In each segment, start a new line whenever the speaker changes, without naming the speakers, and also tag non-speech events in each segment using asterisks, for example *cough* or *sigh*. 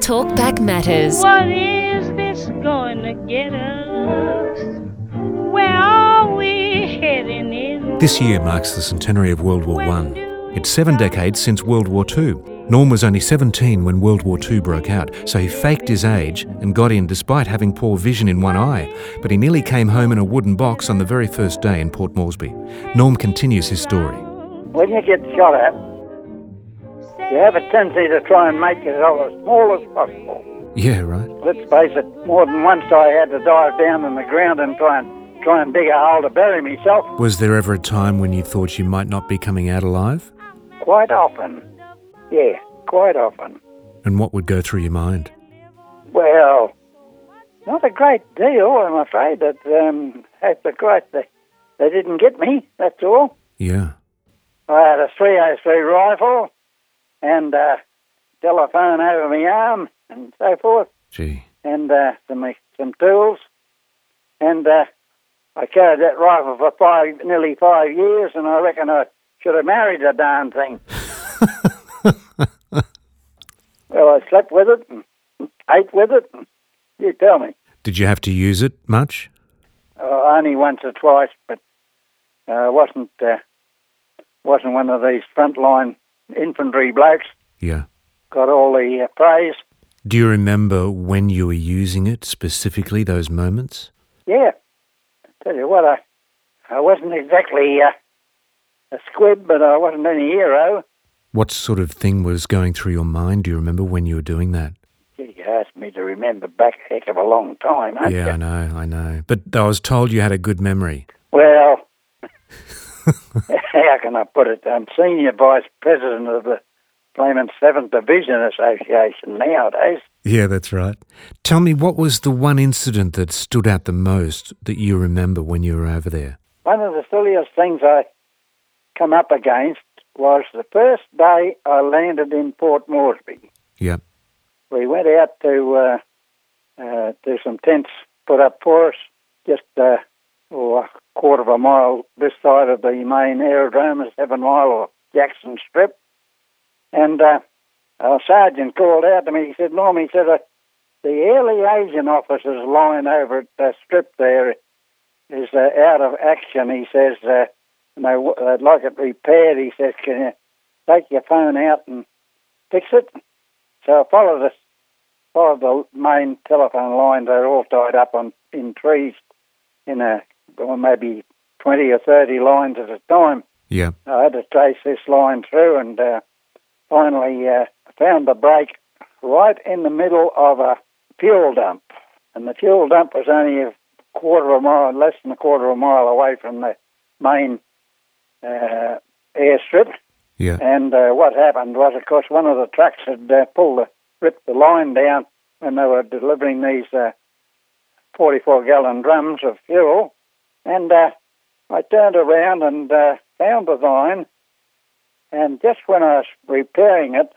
Talkback Matters.
What is this going to get us? Where are we heading in?
This year marks the centenary of World War
When
I.
do
It's seven decades since World War II. Norm was only 17 when World War II broke out, so he faked his age and got in despite having poor vision in one eye. But he nearly came home in a wooden box on the very first day in Port Moresby. Norm continues his story.
When you get shot at, you have a tendency to try and make yourself as small as possible.
Yeah, right.
Let's face it, more than once I had to dive down in the ground and try and try and dig a hole to bury myself.
Was there ever a time when you thought you might not be coming out alive?
Quite often, yeah, quite often.
And what would go through your mind?
Well, not a great deal, I'm afraid. That um, hope to Christ they, they didn't get me. That's all.
Yeah.
I had a 303 rifle and a telephone over my arm and so forth.
Gee.
and uh, some some tools, and uh, I carried that rifle for five, nearly five years, and I reckon I should have married the darn thing. well, I slept with it, and ate with it. And you tell me,
Did you have to use it much?
uh, only once or twice, but uh, wasn't uh, wasn't one of these frontline infantry blokes.
Yeah.
Got all the uh, praise.
Do you remember when you were using it specifically, those moments?
Yeah. Tell you what, I, I wasn't exactly uh, a squib, but I wasn't any hero.
What sort of thing was going through your mind? Do you remember when you were doing that?
Gee, you asked me to remember back a heck of a long time, ain't
yeah,
you?
I know, I know. But I was told you had a good memory.
Well, how can I put it? I'm senior vice president of the Flamin' Seventh Division Association nowadays.
Yeah, that's right. Tell me, what was the one incident that stood out the most that you remember when you were over there?
One of the silliest things I come up against was the first day I landed in Port Moresby.
Yeah,
we went out to uh, uh, to some tents put up for us, just uh, oh, a quarter of a mile this side of the main aerodrome, a seven mile or Jackson Strip. And uh, our sergeant called out to me. He said, "Norm," he said, uh, "the air liaison officers lying over at the strip there is uh, out of action." He says, uh, and they, w- "They'd like it repaired." He says, "Can you take your phone out and fix it?" So I followed the followed the main telephone line. They're all tied up on in trees, in a or maybe twenty or thirty lines at a time.
yeah.
I had to trace this line through, and uh, finally uh, found the break right in the middle of a fuel dump. And the fuel dump was only a quarter of a mile, less than a quarter of a mile away from the main uh, airstrip.
Yeah.
And uh, what happened was, of course, one of the trucks had uh, pulled the, ripped the line down when they were delivering these uh, 44 gallon drums of fuel. And uh, I turned around and uh, found the line. And just when I was repairing it,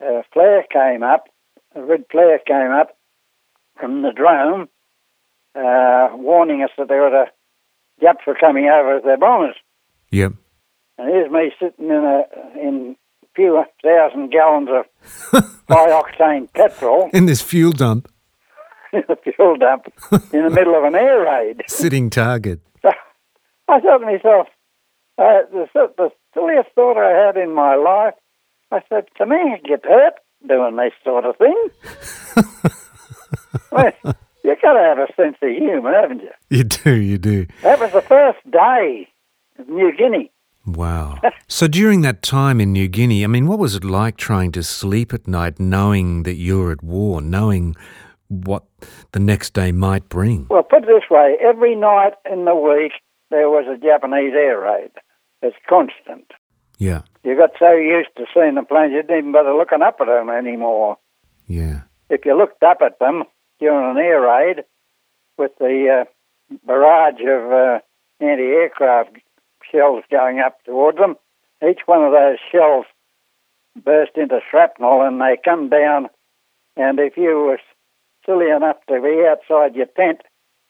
a flare came up, a red flare came up from the drone, uh, warning us that there was a Japs were coming over with their bombers.
Yeah.
And here's me sitting in a in a few thousand gallons of high octane petrol *laughs*
In this fuel dump,
in a fuel dump in the middle of an air raid.
sitting target.
So I thought to myself, uh, the, si- the silliest thought I had in my life, I said, to me, I get hurt doing this sort of thing. well, you got to have a sense of humour, haven't you?
You do, you do.
That was the first day of New Guinea.
Wow. so during that time in New Guinea, I mean, what was it like trying to sleep at night knowing that you're at war, knowing what the next day might bring?
Well, put it this way: every night in the week there was a Japanese air raid. It's constant.
Yeah.
You got so used to seeing the planes, you didn't even bother looking up at them anymore.
Yeah.
If you looked up at them during an air raid, with the uh, barrage of uh, anti-aircraft shells going up towards them, each one of those shells burst into shrapnel and they come down. And if you were silly enough to be outside your tent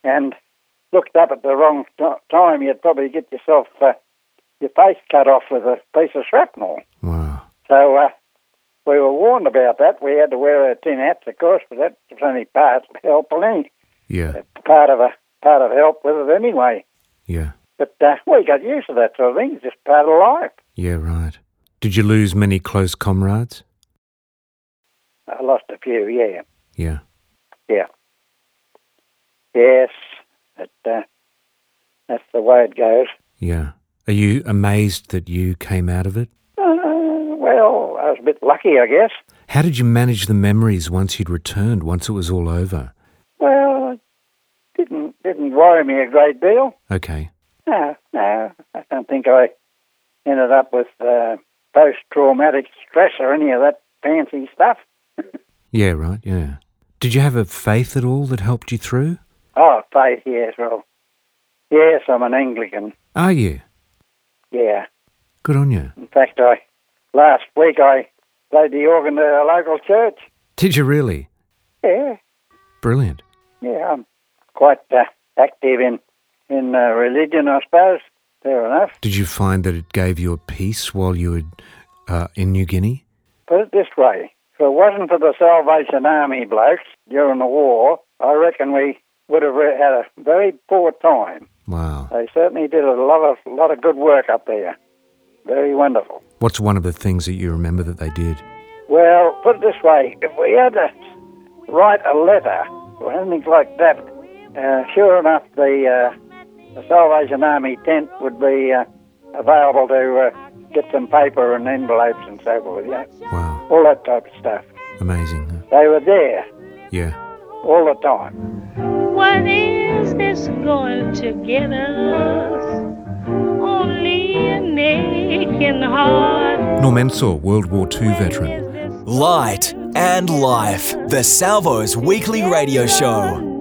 and looked up at the wrong t- time, you'd probably get yourself uh, your face cut off with a piece of shrapnel.
Wow.
So uh, we were warned about that. We had to wear our tin hats, of course, but that was only part of help, only
*laughs* Yeah.
part of a part of help with it anyway.
Yeah.
But uh, we got used to that sort of thing. It's just part of life.
Yeah, right. Did you lose many close comrades?
I lost a few, yeah,
Yeah.
yeah, yes. But uh, that's the way it goes.
Yeah. Are you amazed that you came out of it?
Uh, well, I was a bit lucky, I guess.
How did you manage the memories once you'd returned, once it was all over?
Well, it didn't didn't worry me a great deal.
Okay.
No, no, I don't think I ended up with uh, post traumatic stress or any of that fancy stuff.
Yeah, right. Yeah. Did you have a faith at all that helped you through?
Oh, faith, yes, well, yes, I'm an Anglican.
Are you?
Yeah,
Ah, Good on you.
in fact, I last week I played the organ at a local church.
Did you really?
Yeah,
Brilliant.
yeah, I'm quite uh, active in in uh, religion, I suppose. Fair enough.
Did you find that it gave you a peace while you were uh, in New Guinea?
Put it this way if it wasn't for the Salvation Army blokes during the war, I reckon we would have had a very poor time.
Wow.
They certainly did a lot of, lot of good work up there. Very wonderful.
What's one of the things that you remember that they did?
Well, put it this way if we had to write a letter or anything like that, uh, sure enough, the, uh, the Salvation Army tent would be uh, available to uh, get some paper and envelopes and so forth, yeah.
Wow.
All that type of stuff.
Amazing. huh?
They were there
Yeah.
all the time.
What is this going to get us? Only a naked heart.
Norm Ensor, World War II veteran.
Veteran.
Light and Life, the Salvo's weekly radio show.